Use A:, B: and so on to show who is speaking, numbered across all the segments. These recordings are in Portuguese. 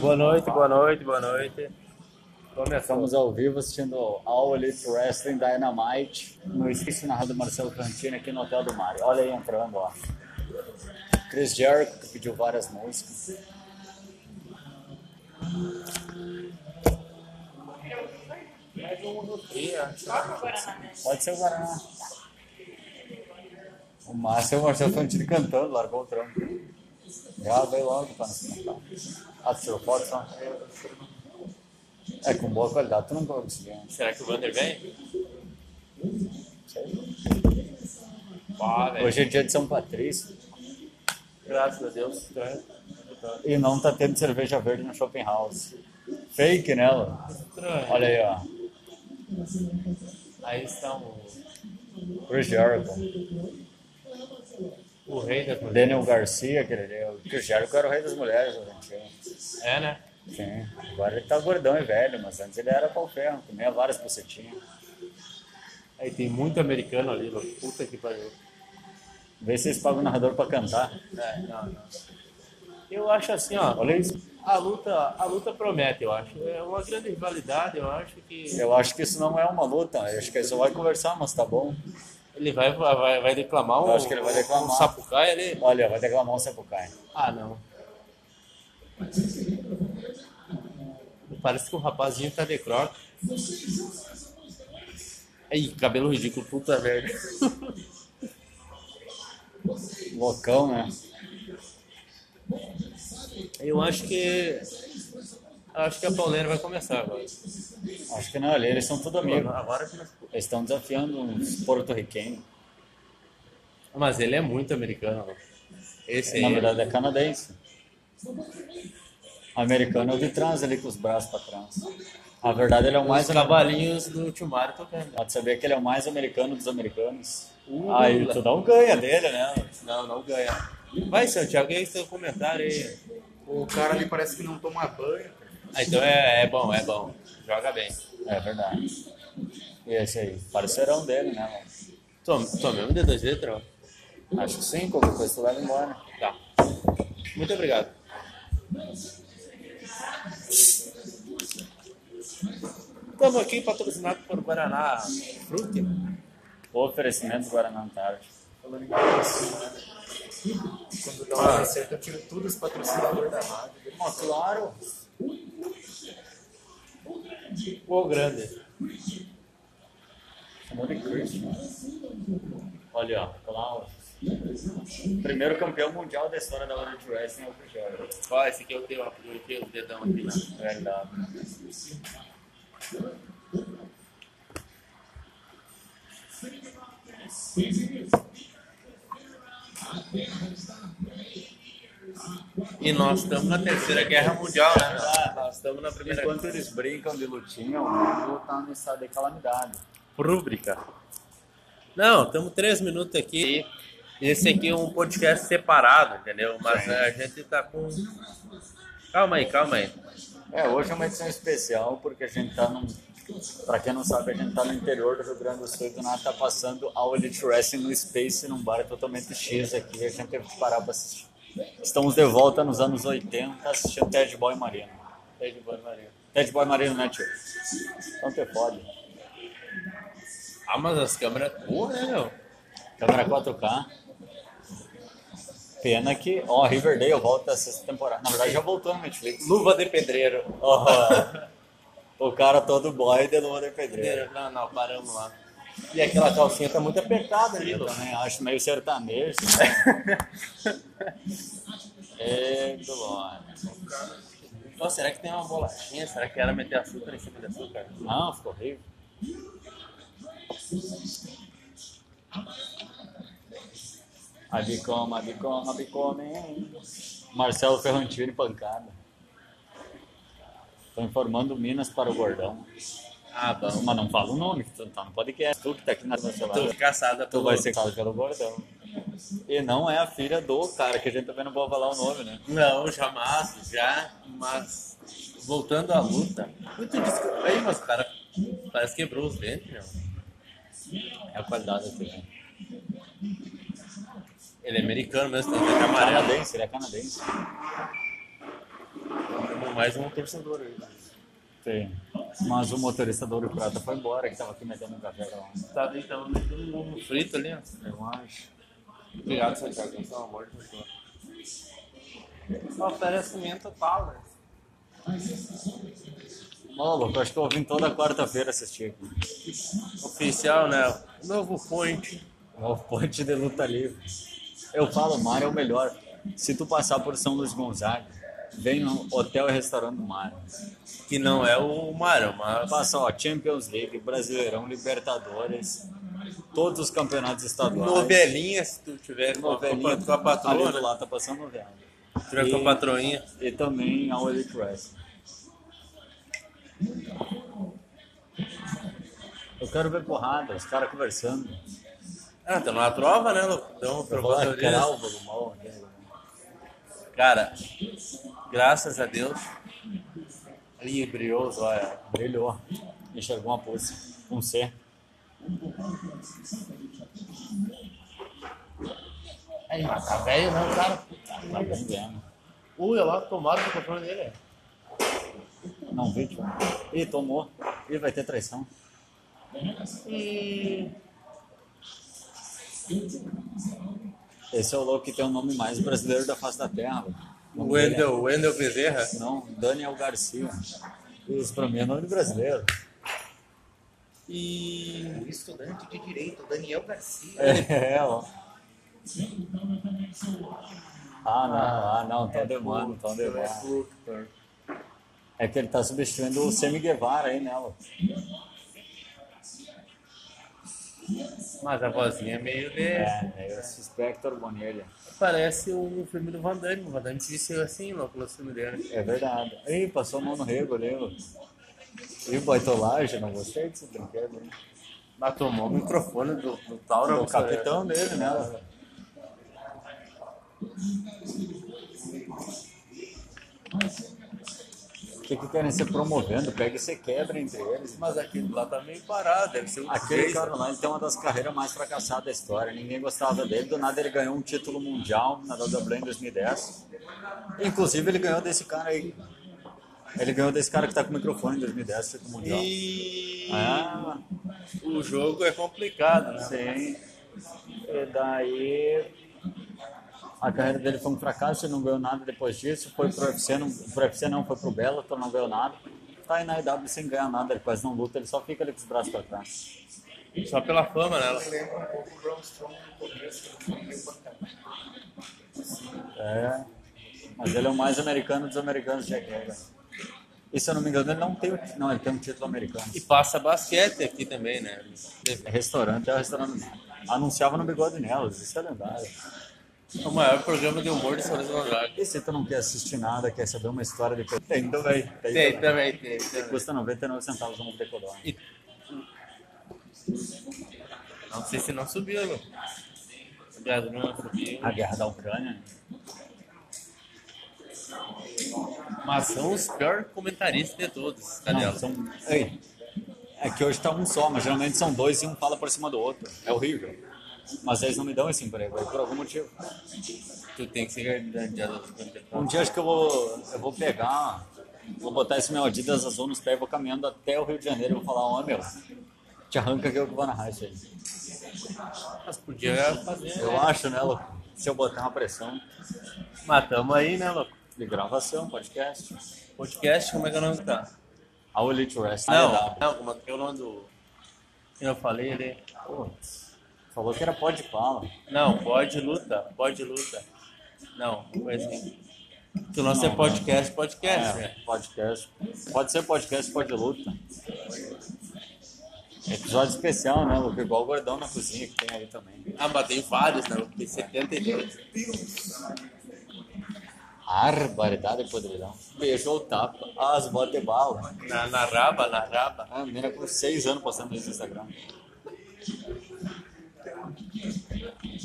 A: Boa noite, boa noite, boa noite. Começamos.
B: Estamos ao vivo assistindo All Elite Wrestling Dynamite no Esqueci Narrado Marcelo Cantini aqui no Hotel do Mar. Olha aí entrando, ó. Chris Jericho que pediu várias músicas.
C: né?
B: Pode ser o Guaraná. O Márcio é o Marcelo Fantini cantando, largou o trampo. Já veio logo para nos cantar. Ah, tirou foto só? É, com boa qualidade, tu não vai conseguir. né?
C: Será que o Vander vem?
B: Não sei.
C: Pá, velho.
B: Hoje é dia de São Patrício
A: Graças a Deus. né?
B: e não tá tendo cerveja verde no Shopping House. Fake, né? Lu?
C: Estranho.
B: Olha aí, ó.
C: Aí está o,
B: Chris Jericho.
C: o rei da
B: O Daniel Garcia, aquele ali. O Chris Jericho era o rei das mulheres. Argentina.
C: É, né?
B: Sim. Agora ele tá gordão e velho, mas antes ele era pau ferro, comia várias bucetinhas.
C: Aí tem muito americano ali, mano. Puta que pariu.
B: Vê se eles pagam o narrador pra cantar.
C: É, não, não. Eu acho assim, ó.
B: Olha isso.
C: A luta, a luta promete, eu acho. É uma grande rivalidade, eu acho que
B: Eu acho que isso não é uma luta. Eu acho que ele só vai conversar, mas tá bom.
C: ele vai, vai, vai declamar um,
B: Eu acho que ele vai declamar.
C: um sapucaia ali.
B: Olha, vai declamar um Sepukai.
C: Ah, não. Parece que o rapazinho tá de croque. Ai, cabelo ridículo, puta merda.
B: Loucão, né?
C: Eu acho que. eu Acho que a pauleira vai começar agora.
B: Acho que não, ali eles são tudo amigos.
C: Agora começou.
B: Eles estão desafiando um uns porto-riquenhos.
C: Mas ele é muito americano. ó. Esse
B: Na
C: aí.
B: verdade é canadense. Americano é o de trás ali com os braços pra trás. Na verdade ele é o
C: Mais
B: mais
C: um cavalinhos do Tio Mário tocando.
B: Pode saber que ele é o mais americano dos americanos.
C: Uh,
B: Aí
C: lá.
B: tu dá um ganha dele, né?
C: Não, não ganha. Vai, Santiago, e aí seu comentário aí?
D: O cara ali parece que não toma banho. cara.
C: Ah, então é, é bom, é bom. Joga bem.
B: É verdade. E esse aí, parceirão dele, né? mano?
C: Tom- Tomei um de dois letras, ó.
B: Acho que sim, qualquer coisa tu leva embora.
C: Tá. Muito obrigado. Estamos aqui patrocinado por Guaraná Fruit.
B: O oferecimento do Guaraná Antártico.
D: Falando em patrocínio. né? Quando dá uma receita, eu tiro todos os patrocinadores da rádio.
B: claro.
C: Pô, grande.
B: Chamou de Christian. né? Olha, ó, Klaus. Primeiro campeão mundial da história da World Wrestling é o Cristiano.
C: Ó, esse aqui eu tenho, eu tenho o dedão aqui na.
B: Verdade.
C: E nós estamos na Terceira Guerra Mundial, né? meu? Nós estamos na Primeira
B: Enquanto eles brincam de lutinha, o mundo tá no estado de calamidade.
C: Rúbrica. Não, estamos três minutos aqui. Esse aqui é um podcast separado, entendeu? Mas a gente tá com. Calma aí, calma aí.
B: É, hoje é uma edição especial porque a gente tá num. Pra quem não sabe, a gente tá no interior do Rio Grande do Sul e do nada tá passando a Elite Wrestling no Space, num bar totalmente X aqui, e a gente teve que parar pra assistir. Estamos de volta nos anos 80 assistindo Ted Boy Marino.
C: Pede boa, Maria.
B: Ted Boy Marino, né, tio? Então que foda.
C: Ah, mas as câmeras. Boa, né, meu?
B: Câmera 4K. Pena que. Ó, Riverdale volta a sexta temporada. Na verdade, já voltou no Netflix.
C: Luva de pedreiro.
B: Ó, o cara todo boy de luva de pedreiro.
C: Não, não, paramos lá. E aquela calcinha tá muito apertada ali,
B: Eu
C: Lu.
B: também acho meio sertanejo. né? é, do Lorde.
C: Ó, será que tem uma bolachinha? Será que era meter açúcar em cima de açúcar?
B: Não, ficou horrível. A bicoma, a bicoma, a bicoma, hein? Marcelo Ferrantini, pancada. Tô informando Minas para o Gordão.
C: Ah, bom.
B: Mas não fala o nome, que tu não tá no podcast. Tu que tá aqui na tua
C: Tô
B: semana,
C: caçada
B: tu
C: pelo.
B: Então vai ser casado pelo Gordão. E não é a filha do cara, que a gente também não pode falar o nome, né?
C: Não, jamais, já, mas voltando à luta. Muito desculpa aí, mas o cara parece que quebrou os dentes, meu.
B: É a qualidade da TV.
C: Ele é americano mesmo, tanto é que é amarelo.
B: Canadense, ele é canadense.
C: mais um.
D: torcedor aí.
B: Tem. Mas o motorista do Ouro Prata foi embora, que tava aqui metendo um café lá.
C: Tá deitando um ovo frito ali, ó.
B: Eu acho.
D: Obrigado, Santiago. Pelo amor de Deus.
E: Oferecimento Power.
B: Maluco, acho que eu vim toda quarta-feira assistir aqui.
C: Oficial, né? Novo fonte.
B: O ponte de luta livre. Eu falo, Mário é o melhor. Se tu passar por São Luís Gonzaga, vem no hotel e restaurante do Mário.
C: Que não é o Mário, mas.
B: Passa, ó, Champions League, Brasileirão, Libertadores, todos os campeonatos estaduais.
C: Novelinha, se tu tiver com a, com a, com a
B: Novelinha. Ali do
C: patroa, né?
B: lado tá passando novela.
C: Se tiver com a patroinha.
B: E também a Holy Press. Eu quero ver porrada, os caras conversando.
C: Ah, tá numa trova, né, louco? Então,
B: Eu vou
C: trovador.
B: lacrar o volumão, né?
C: Cara, graças a Deus. Ali brilhou os olhos.
B: Brilhou. Enxergou uma pulsa. Um C.
D: Aí, mas tá velho, né, o cara?
B: Tá bem vendo.
D: Ui, olha lá, tomaram o microfone dele. é.
B: Não vi, tio. Ih, tomou. Ih, vai ter traição. Esse é o louco que tem o nome mais brasileiro da face da terra. velho. O nome dele
C: Wendel, Wendel Bezerra.
B: é- Não, Daniel Garcia. Isso pra mim é nome de brasileiro.
D: O estudante de direito, Daniel Garcia.
B: É, ó. Ah, não, ah, não, tão demando, tão demando. É que ele tá substituindo o Semi Guevara aí né, nela.
C: Mas a vozinha é meio de.
B: É, eu suspeito Bonilha.
C: Parece um filme do Van Damme. O Van Damme disse assim, louco, no filme dele.
B: É verdade. Ih, passou a mão no rego ali, ó. Ih, baitolagem, não gostei desse brinquedo. hein?
C: Mas tomou o microfone do, do Tauro.
B: O capitão dele, né? O que, que querem ser promovendo? Pega e você quebra entre eles.
C: Mas aquele lá tá meio parado, deve ser um
B: Aquele
C: desfecho.
B: cara lá ele tem uma das carreiras mais fracassadas da história. Ninguém gostava dele. Do nada ele ganhou um título mundial na WWE em 2010. Inclusive ele ganhou desse cara aí. Ele ganhou desse cara que tá com o microfone em 2010, título mundial.
C: E
B: Ah,
C: o jogo é complicado, né?
B: sim. E daí a carreira dele foi um fracasso, ele não ganhou nada depois disso. Foi pro UFC, não, pro UFC não, foi pro Bellator, não ganhou nada. Tá aí na IW sem ganhar nada, ele quase não luta, ele só fica ali com os braços pra trás.
C: Só pela fama, né?
D: Lembra um pouco o Braun Strowman no começo, que ele foi meio pancada.
B: É. Mas ele é o mais americano dos americanos, Jack Hager. E se eu não me engano, ele não tem, o- não, ele tem um título americano.
C: E passa basquete aqui também, né?
B: Restaurante, é o restaurante. Anunciava no bigode nelas, isso é lendário.
C: É O maior programa de humor de São Luís Gonzaga.
B: E se tu não quer assistir nada, quer saber uma história de Tem também. Tem,
C: Tem,
B: também.
C: também tem. também.
B: Custa 99 centavos um decolor.
C: Não sei se não subiu, não. O gasolina subiu.
B: A guerra da Ucrânia. né?
C: Mas são os piores comentaristas de todos, Canelo.
B: Não, são... Ei, é que hoje tá um só, mas geralmente são dois e um fala por cima do outro. É horrível. Mas eles não me dão esse emprego, aí por algum motivo.
C: Tu tem que ser garantido dos
B: Um
C: comentários.
B: dia acho que eu vou, eu vou pegar, vou botar esse meu Adidas azul nos pés, vou caminhando até o Rio de Janeiro e vou falar, ó meu, te arranca que eu vou na racha aí.
C: Mas podia fazer.
B: Eu acho, né, louco? Se eu botar uma pressão
C: Matamos aí, né, louco?
B: de gravação, podcast,
C: Podcast, como é que é o nome que tá?
B: a Elite Wrestling.
C: Não, não, como é que é o nome do. que eu falei ali?
B: Putz, falou que era pó de pala.
C: Não, pode luta, pode luta. Não, foi assim. Que o nosso é podcast, podcast,
B: É,
C: né?
B: podcast. Pode ser podcast, pode luta. Episódio especial, né, louco? Igual o gordão na cozinha que tem aí também.
C: Ah, mas tem vários, né? Tem 72.
B: Barbaridade e podridão. Beijou o tapa, as botas e bala.
C: Na, na raba, na raba.
B: Ah, a menina com 6 anos postando isso no Instagram.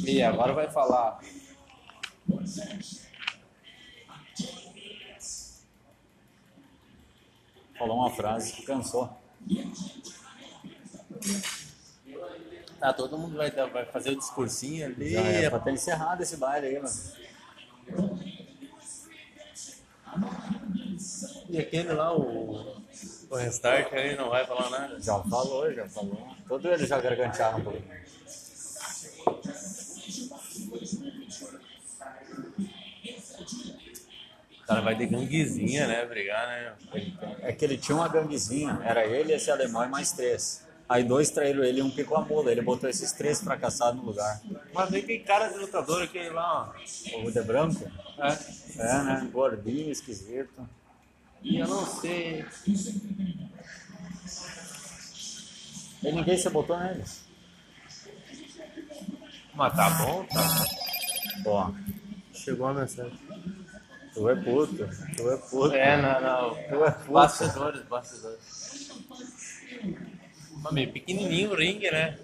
C: E agora vai falar.
B: Falou uma frase que cansou.
C: Tá, todo mundo vai, dar- vai fazer o discursinho ali.
B: Já era pra ter encerrado esse baile aí, mano.
C: E aquele lá, o, o Restart, ele não vai falar nada.
B: Já falou, já falou. Todos eles já gargantearam um pouquinho.
C: O cara vai de ganguezinha, né? Brigar, né?
B: É que ele tinha uma ganguezinha, era ele, esse alemão e mais três. Aí dois traíram ele e um picou a mula. Ele botou esses três fracassados no lugar.
C: Mas aí tem cara de lutador aquele lá, ó.
B: O de branco?
C: É.
B: É, né? Gordinho, esquisito.
C: E eu não sei.
B: E ninguém se botou neles.
C: Mas tá bom, tá bom.
B: Ó,
A: Chegou a mensagem.
B: tu é puto, tu é puto.
C: É, não, não. Bastidores, bastidores. Mas meio pequenininho o ringue, né?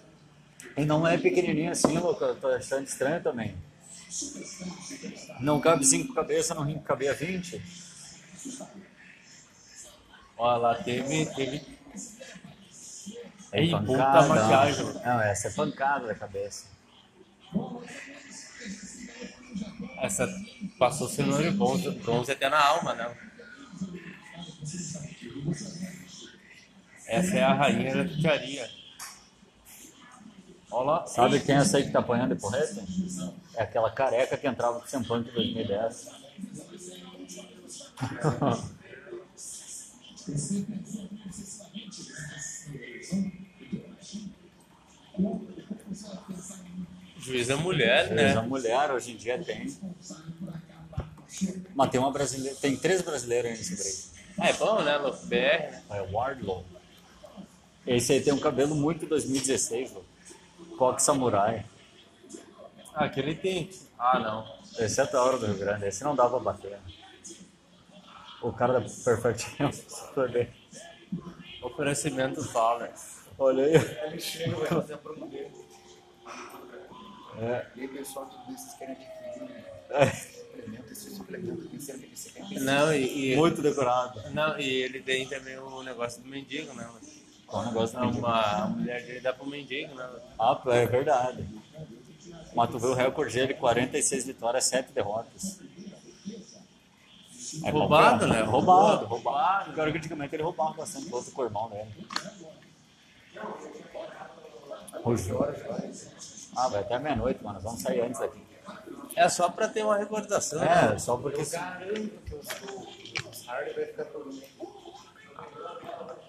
B: E não é pequenininho assim, louco. Eu tô achando estranho também. Não cabe cinco cabeças, não ringue cabia 20.
C: Olha lá, teve. teve... Ei,
B: É pancada,
C: puta
B: ó.
C: maquiagem.
B: Não, essa é pancada da cabeça.
C: Essa passou sinônimo de bronze, bronze até na alma, né? Essa é a rainha da putaria. Olha lá.
B: Sabe quem é essa aí que tá apanhando de porreta? É aquela careca que entrava com o Sempunk em 2010.
C: Juiz é mulher,
B: Mas A
C: né?
B: mulher hoje em dia tem. Mas tem uma brasileira, tem três brasileiras aí nesse break.
C: Ah, é bom, né? Love BR.
B: É o Wardlow. Esse aí tem um cabelo muito 2016, louco. Coque Samurai.
C: Ah, aquele tem. Ah, não.
B: Esse é da hora do Rio Grande, esse não dá pra bater. né? O cara da Perfect é um Tempos, olhei.
C: Oferecimento dólar.
B: Olhei.
D: Ele chega, vai fazer a promo dele.
B: É.
D: E aí, pessoal, tudo isso, vocês querem adquirir? né? Suplemento, esse suplemento tem cerca de 70
C: Não, e. e-
B: Muito decorado.
C: Não, e ele tem também o negócio do mendigo, né?
B: É um negócio
C: Não,
B: não,
C: uma, a mulher dele dá pro mendigo, né?
B: Ah, é verdade. Mas tu viu o recorde dele, 46 vitórias, 7 derrotas. É
C: Roubado,
B: qualquer-
C: né? Roubado.
B: Roubado, roubado. Pior que antigamente ele roubava bastante coisa com o irmão dele.
D: horas, vai.
B: Ah, vai até meia-noite, mano. Vamos sair antes daqui.
C: É só pra ter uma recordação. né?
B: É, só porque...
D: Eu garanto que eu sou. Os hard vai ficar todo mundo.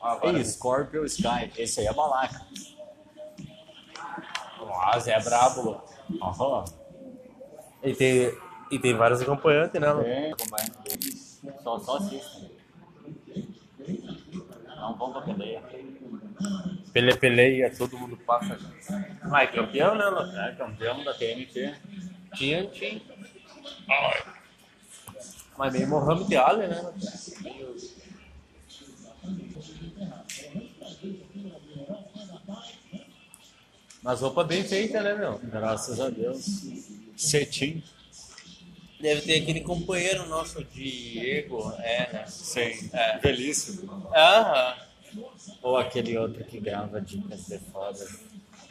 C: Agora,
B: Ei, Scorpio Sky. Esse aí é balaca.
C: Nossa, é brabo, louco.
B: Aham.
C: E tem, e tem vários acompanhantes, né? Lu?
B: Bem, acompanhando deles.
C: é?
B: Só, só assistam.
C: um
B: Não vão pra peleia.
C: Pele peleia, é todo mundo passa. Ah, é campeão, né, Lu?
B: É campeão da TNT.
C: Diante. Mas nem Mohamed Ali, né? Mas roupa bem feita, né, meu?
B: Graças a Deus. Cetim.
C: Deve ter aquele companheiro nosso, Diego, é, né?
B: Sim.
C: É.
B: Belíssimo.
C: Aham.
B: Ou aquele outro que grava dicas de foda.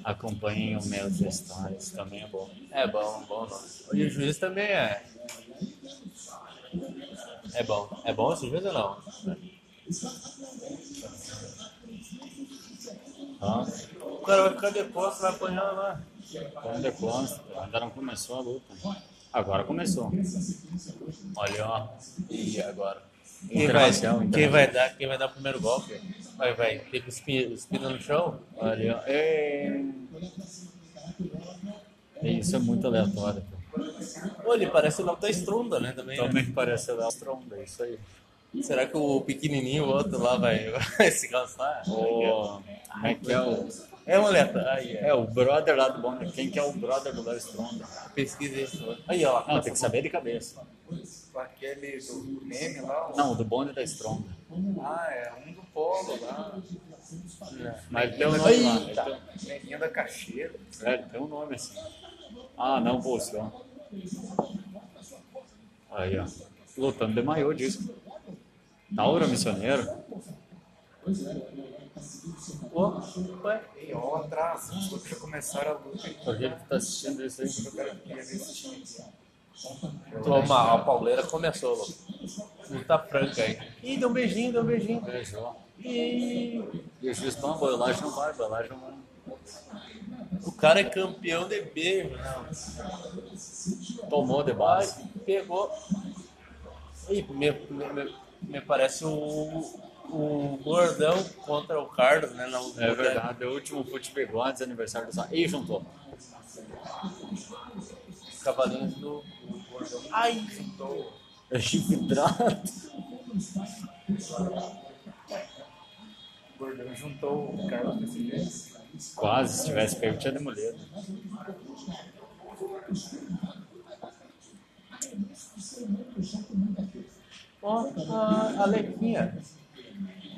B: Acompanhem os meus stories, também é bom.
C: É bom, bom nome. E o juiz também é. É bom. É bom esse juiz ou não?
B: Tá?
C: O cara vai ficar depois, vai apanhar lá.
B: Ainda consta, é ainda não começou a luta. Agora começou. Olha, ó.
C: E agora? Quem vai,
B: Intervenção,
C: quem
B: intervenção.
C: vai dar, quem vai dar o primeiro golpe? Vai, vai. Tem que espir- espirra no chão?
B: Olha, ó. Ei. Isso é muito aleatório. cara.
C: Ô, ele parece o Lauta Strunda, né? Também. né?
B: Também parece aleatório, é isso aí.
C: Será que o pequenininho, o outro lá, vai, vai se calçar?
B: O Raquel.
C: É um letra. Aí, é.
B: É, o brother lá do Bonner. Quem que é o brother do Léo Stronda?
C: Pesquisa isso. Aí, ó.
B: Não, tem que saber de cabeça.
D: Com aquele do meme lá. o-
B: Não, do Bonner da Stronda.
D: Ah, é um do polo lá.
B: Mas ele tem um nome lá. ele
C: Eita.
B: tem-
D: Meninha da cacheira.
B: É, ele tem um nome assim. Ah, não, bolso, ó. Aí, ó. Lutando de maiô disso. Taura Missioneiro.
C: Pô, ué.
D: E ó, atraso. Os outros já começaram a luta.
B: Por que que tu tá assistindo isso aí?
D: Eu quero que ia ver esse time.
C: Toma, a pauleira começou, Lô. Luta franca aí. Ih, dá um beijinho, dá um beijinho.
B: Beijou.
C: Ih,
B: E o juiz, não, boiolagem não vai, boiolagem não vai.
C: o cara é campeão de beijo. Não.
B: Tomou o
C: Vai,
B: debate.
C: pegou. Ih, me, me- me- me parece o, o Gordão contra o Carlos, né? na luta.
B: É verdade, é o último fute bigodes, aniversário do Sá. E juntou.
C: Cavalinhos do. Ai! Tô...
B: É chifrado.
D: O Gordão juntou o Carlos desse jeito.
B: Quase, se tivesse pego, tinha demolido.
C: Ó, a Alequinha.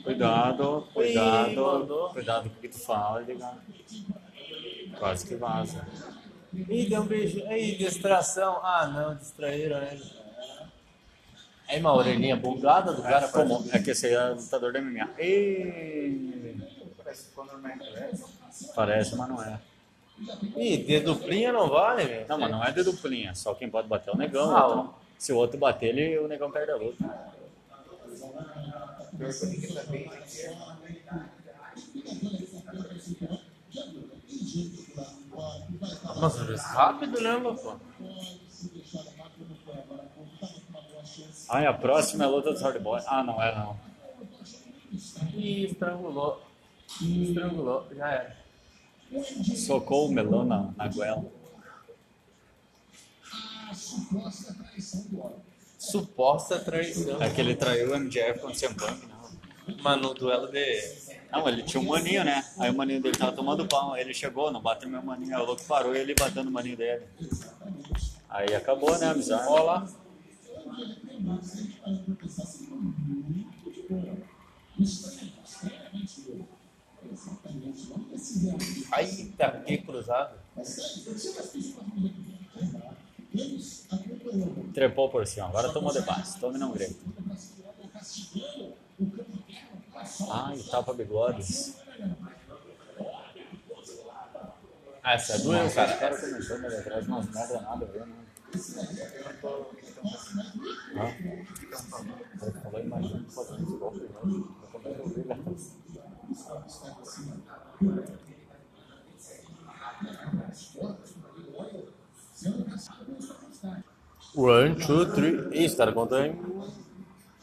B: Cuidado,
C: Ih,
B: cuidado,
C: mandou.
B: cuidado com o que tu fala, ligado? Quase que vaza.
C: Ih, deu um beijo. Aí, distração. Ah, não, distraíram ele. Aí, uma orelhinha bugada do cara.
B: É, tomou. É que esse aí é lutador da MMA. Ei,
D: Parece que quando o Minecraft.
B: parece, mas não é.
C: Ih, deduplinha não vale, velho.
B: Não, mas não é de duplinha, só quem pode bater é o negão.
C: Ah,
B: então, se o outro bater, ele, o negão perde a luta.
D: Pior que eu ninguém tá bem aqui.
C: Nossa, juiz, rápido, né, louco?
B: Ai, a próxima é a luta dos hardboys. Ah, não, é não.
C: Ih, estrangulou. Estrangulou, já era.
B: Socou o melão na, na goela.
C: Suposta traição.
B: É que ele traiu o MJF com o CM Punk, né?
C: Mas no duelo de.
B: Não, ele tinha um maninho, né? Aí o maninho dele tava tomando pau. Aí ele chegou, não bateu meu maninho. Aí o louco parou e ele bateu no maninho dele. Aí acabou, né, a amizade?
C: Ó lá. Ai, tá que cruzado.
B: Trepou por cima, agora tomou de base. Tome não grego. Ai, tapa bigodes.
C: Ah, essa doeu,
B: Doeu, é cara. O
C: cara.
B: cara começou ali atrás, umas merda nada a ver, né? Hã? Ele falou, imagina que fazendo esse golpe, né? Eu começo a ouvir, né?
C: One, two, three. Ih, esse cara contou em.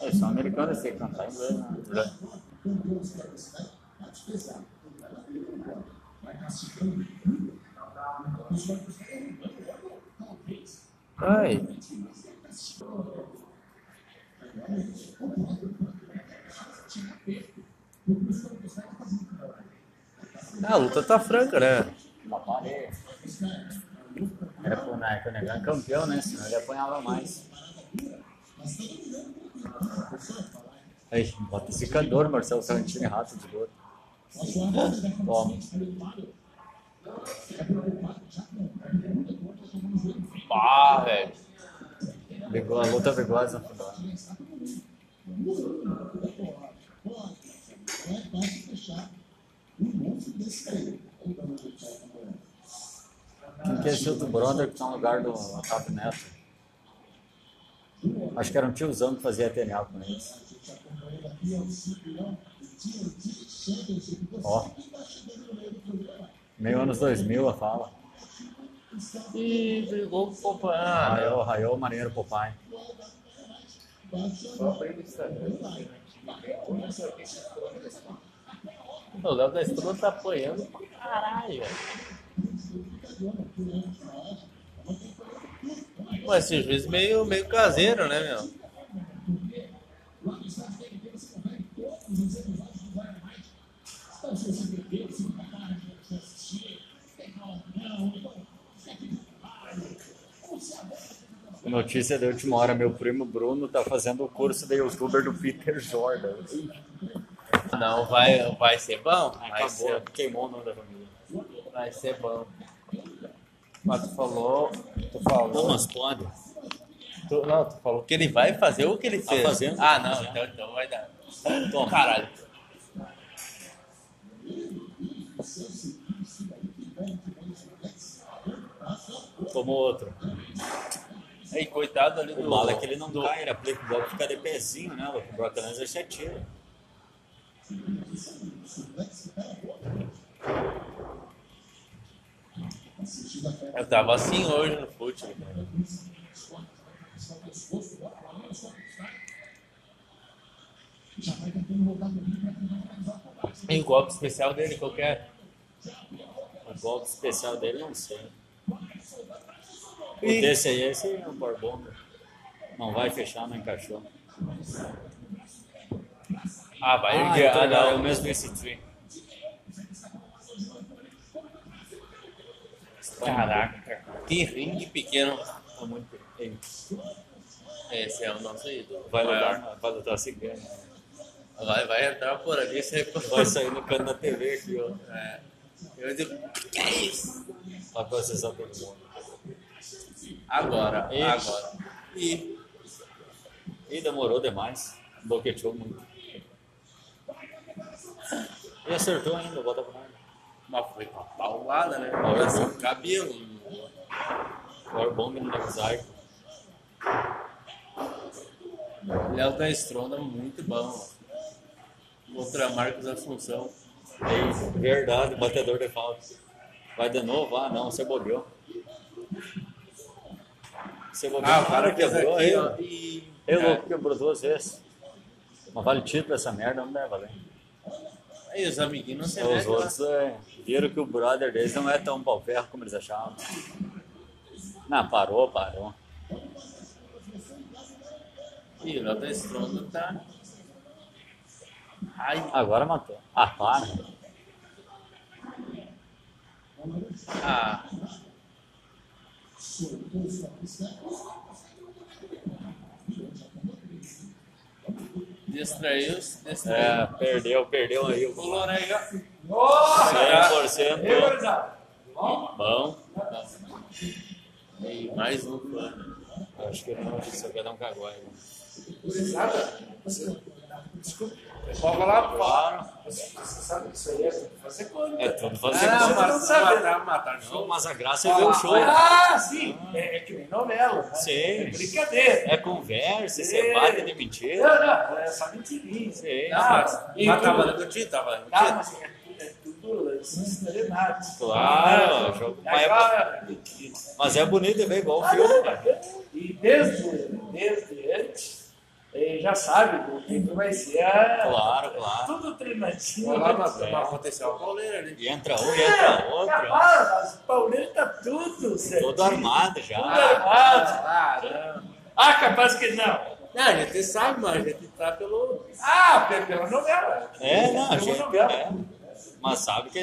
B: É, são americanos, tem que cantar em inglês, né?
C: Ai. A luta tá franca, né?
B: Uma parede. Era pro Naiko negar campeão, né? Senão ele apanhava mais. Aí, bota o secador, Marcelo Santini, rato de gordo. Toma.
C: Ah, velho.
B: Pegou a luta vegosa no final. Quem que é esse outro brother que tá no lugar do Otávio Neto? Acho que era um tiozão que fazia TNA com eles. Ó. Meio anos 2000 a fala.
C: Ih, brigou com o companheiro. Ah,
B: Raiou, raiou, marinheiro Popeye.
D: Só pra ele Instagram.
C: O Léo da Estrela tá apanhando pra caralho. Pô, esse juiz meio, meio caseiro, né, meu?
B: Notícia da última hora, meu primo Bruno tá fazendo o curso de youtuber do Peter Jordan.
C: Não, vai, vai ser bom? Vai
B: Acabou,
C: ser,
B: queimou o nome da família.
C: vai ser bom. Mas tu falou. Tu falou.
B: pode.
C: tu- não, tu falou que ele vai fazer o que ele fez.
B: fazendo,
C: ah,
B: tá
C: não,
B: fazendo.
C: então, então vai dar.
B: Toma.
C: Caralho.
B: Tomou outro.
C: Aí, coitado ali do.
B: O bala é que ele não cai, ele aplica o golpe e fica de pezinho, né? O Brock Lesnar se atira.
C: Eu tava assim hoje no futebol. E o golpe um especial dele, qualquer.
B: O golpe especial dele não sei. O
C: Ih.
B: desse aí, esse aí é um barbomba. Não vai fechar, não encaixou.
C: Ah, vai
B: Ah,
C: erguer.
B: então
C: Ah,
B: é o
C: não.
B: mesmo esse tree.
C: Caraca, cara. Que ringue pequeno.
B: É muito perigo.
C: Esse é o nosso ídolo.
B: Vai lutar, né? vai lutar assim, se ganha.
C: Vai, vai entrar por ali, sai por
B: Vai sair no canto da TV aqui, ó.
C: É. Eu digo, que é isso?
B: Pra processar todo mundo.
C: Agora,
B: Ixi.
C: agora. E
B: E demorou demais. Boqueteou muito. E acertou ainda, bota pra lá.
C: mas foi uma paulada, né?
B: Olha
C: Assim,
B: só.
C: cabelo.
B: Barbomba no mosaico.
C: Léo da Estronda, muito bom. Contra Marcos Assunção.
B: Ei, É verdade, batedor de falta. Vai de novo? Ah, não, você bobeou. Você bobeou, Ah, o cara quebrou aí.
C: ó, e-
B: Eu
C: É,
B: louco quebrou duas vezes. Mas vale título essa merda, não deve valer.
C: Aí os amiguinhos não se
B: Então, os
C: metem,
B: outros é, viram que o brother deles não é tão pau ferro como eles achavam. Não, parou, parou.
C: né? E o Léo da Estronda tá... Ai,
B: Agora matou. Ah, para.
C: ah. Distraiu-se, distraiu.
B: É, perdeu, perdeu aí o
C: Colou, né?
B: 100%. Bom,
C: E mais um plano.
B: acho que não, isso aqui é dar um cagói. né?
D: Gurizada, você- Desculpa,
C: Pode falar,
B: Claro,
D: você você sabe que isso aí é fazer quando?
B: é tudo fazer.
D: Ah,
B: coisa.
D: mas-
C: matar, matar,
B: Não, mas a graça é ver o show.
D: Ah, sim! É, é que nem novela. Né?
B: Sim.
D: É brincadeira.
B: É conversa, você
D: Sim.
B: bate de mentira.
D: Não, não, é só mentirinha.
B: Sim.
D: Ah, e
C: Mas tava
D: tudo.
C: no dia, tava no
D: Tá,
C: dia.
D: mas é tudo- é tudo encenados.
B: Claro, jogo- mas é-
D: Agora,
B: Mas é bonito de ver igual o
D: Ah,
B: filme,
D: não,
B: cara.
D: E desde, desde antes, ele já sabe o que que vai ser a...
B: Claro, claro.
D: Tudo treinadinho.
C: Olha lá, mas
D: né?
C: mas aconteceu uma pauleira ali.
B: E entra um, e entra outro.
D: Capaz, as pauletas tá tudo, certo?
B: Todo armado
D: Tudo
B: já.
D: armado.
C: Ah, não.
D: Ah, capaz que não.
C: Não, a gente sabe, mas a gente tá pelo...
D: Ah, pela novela.
B: É, não,
D: Pela
B: gente.
D: novela.
B: É. Mas sabe que é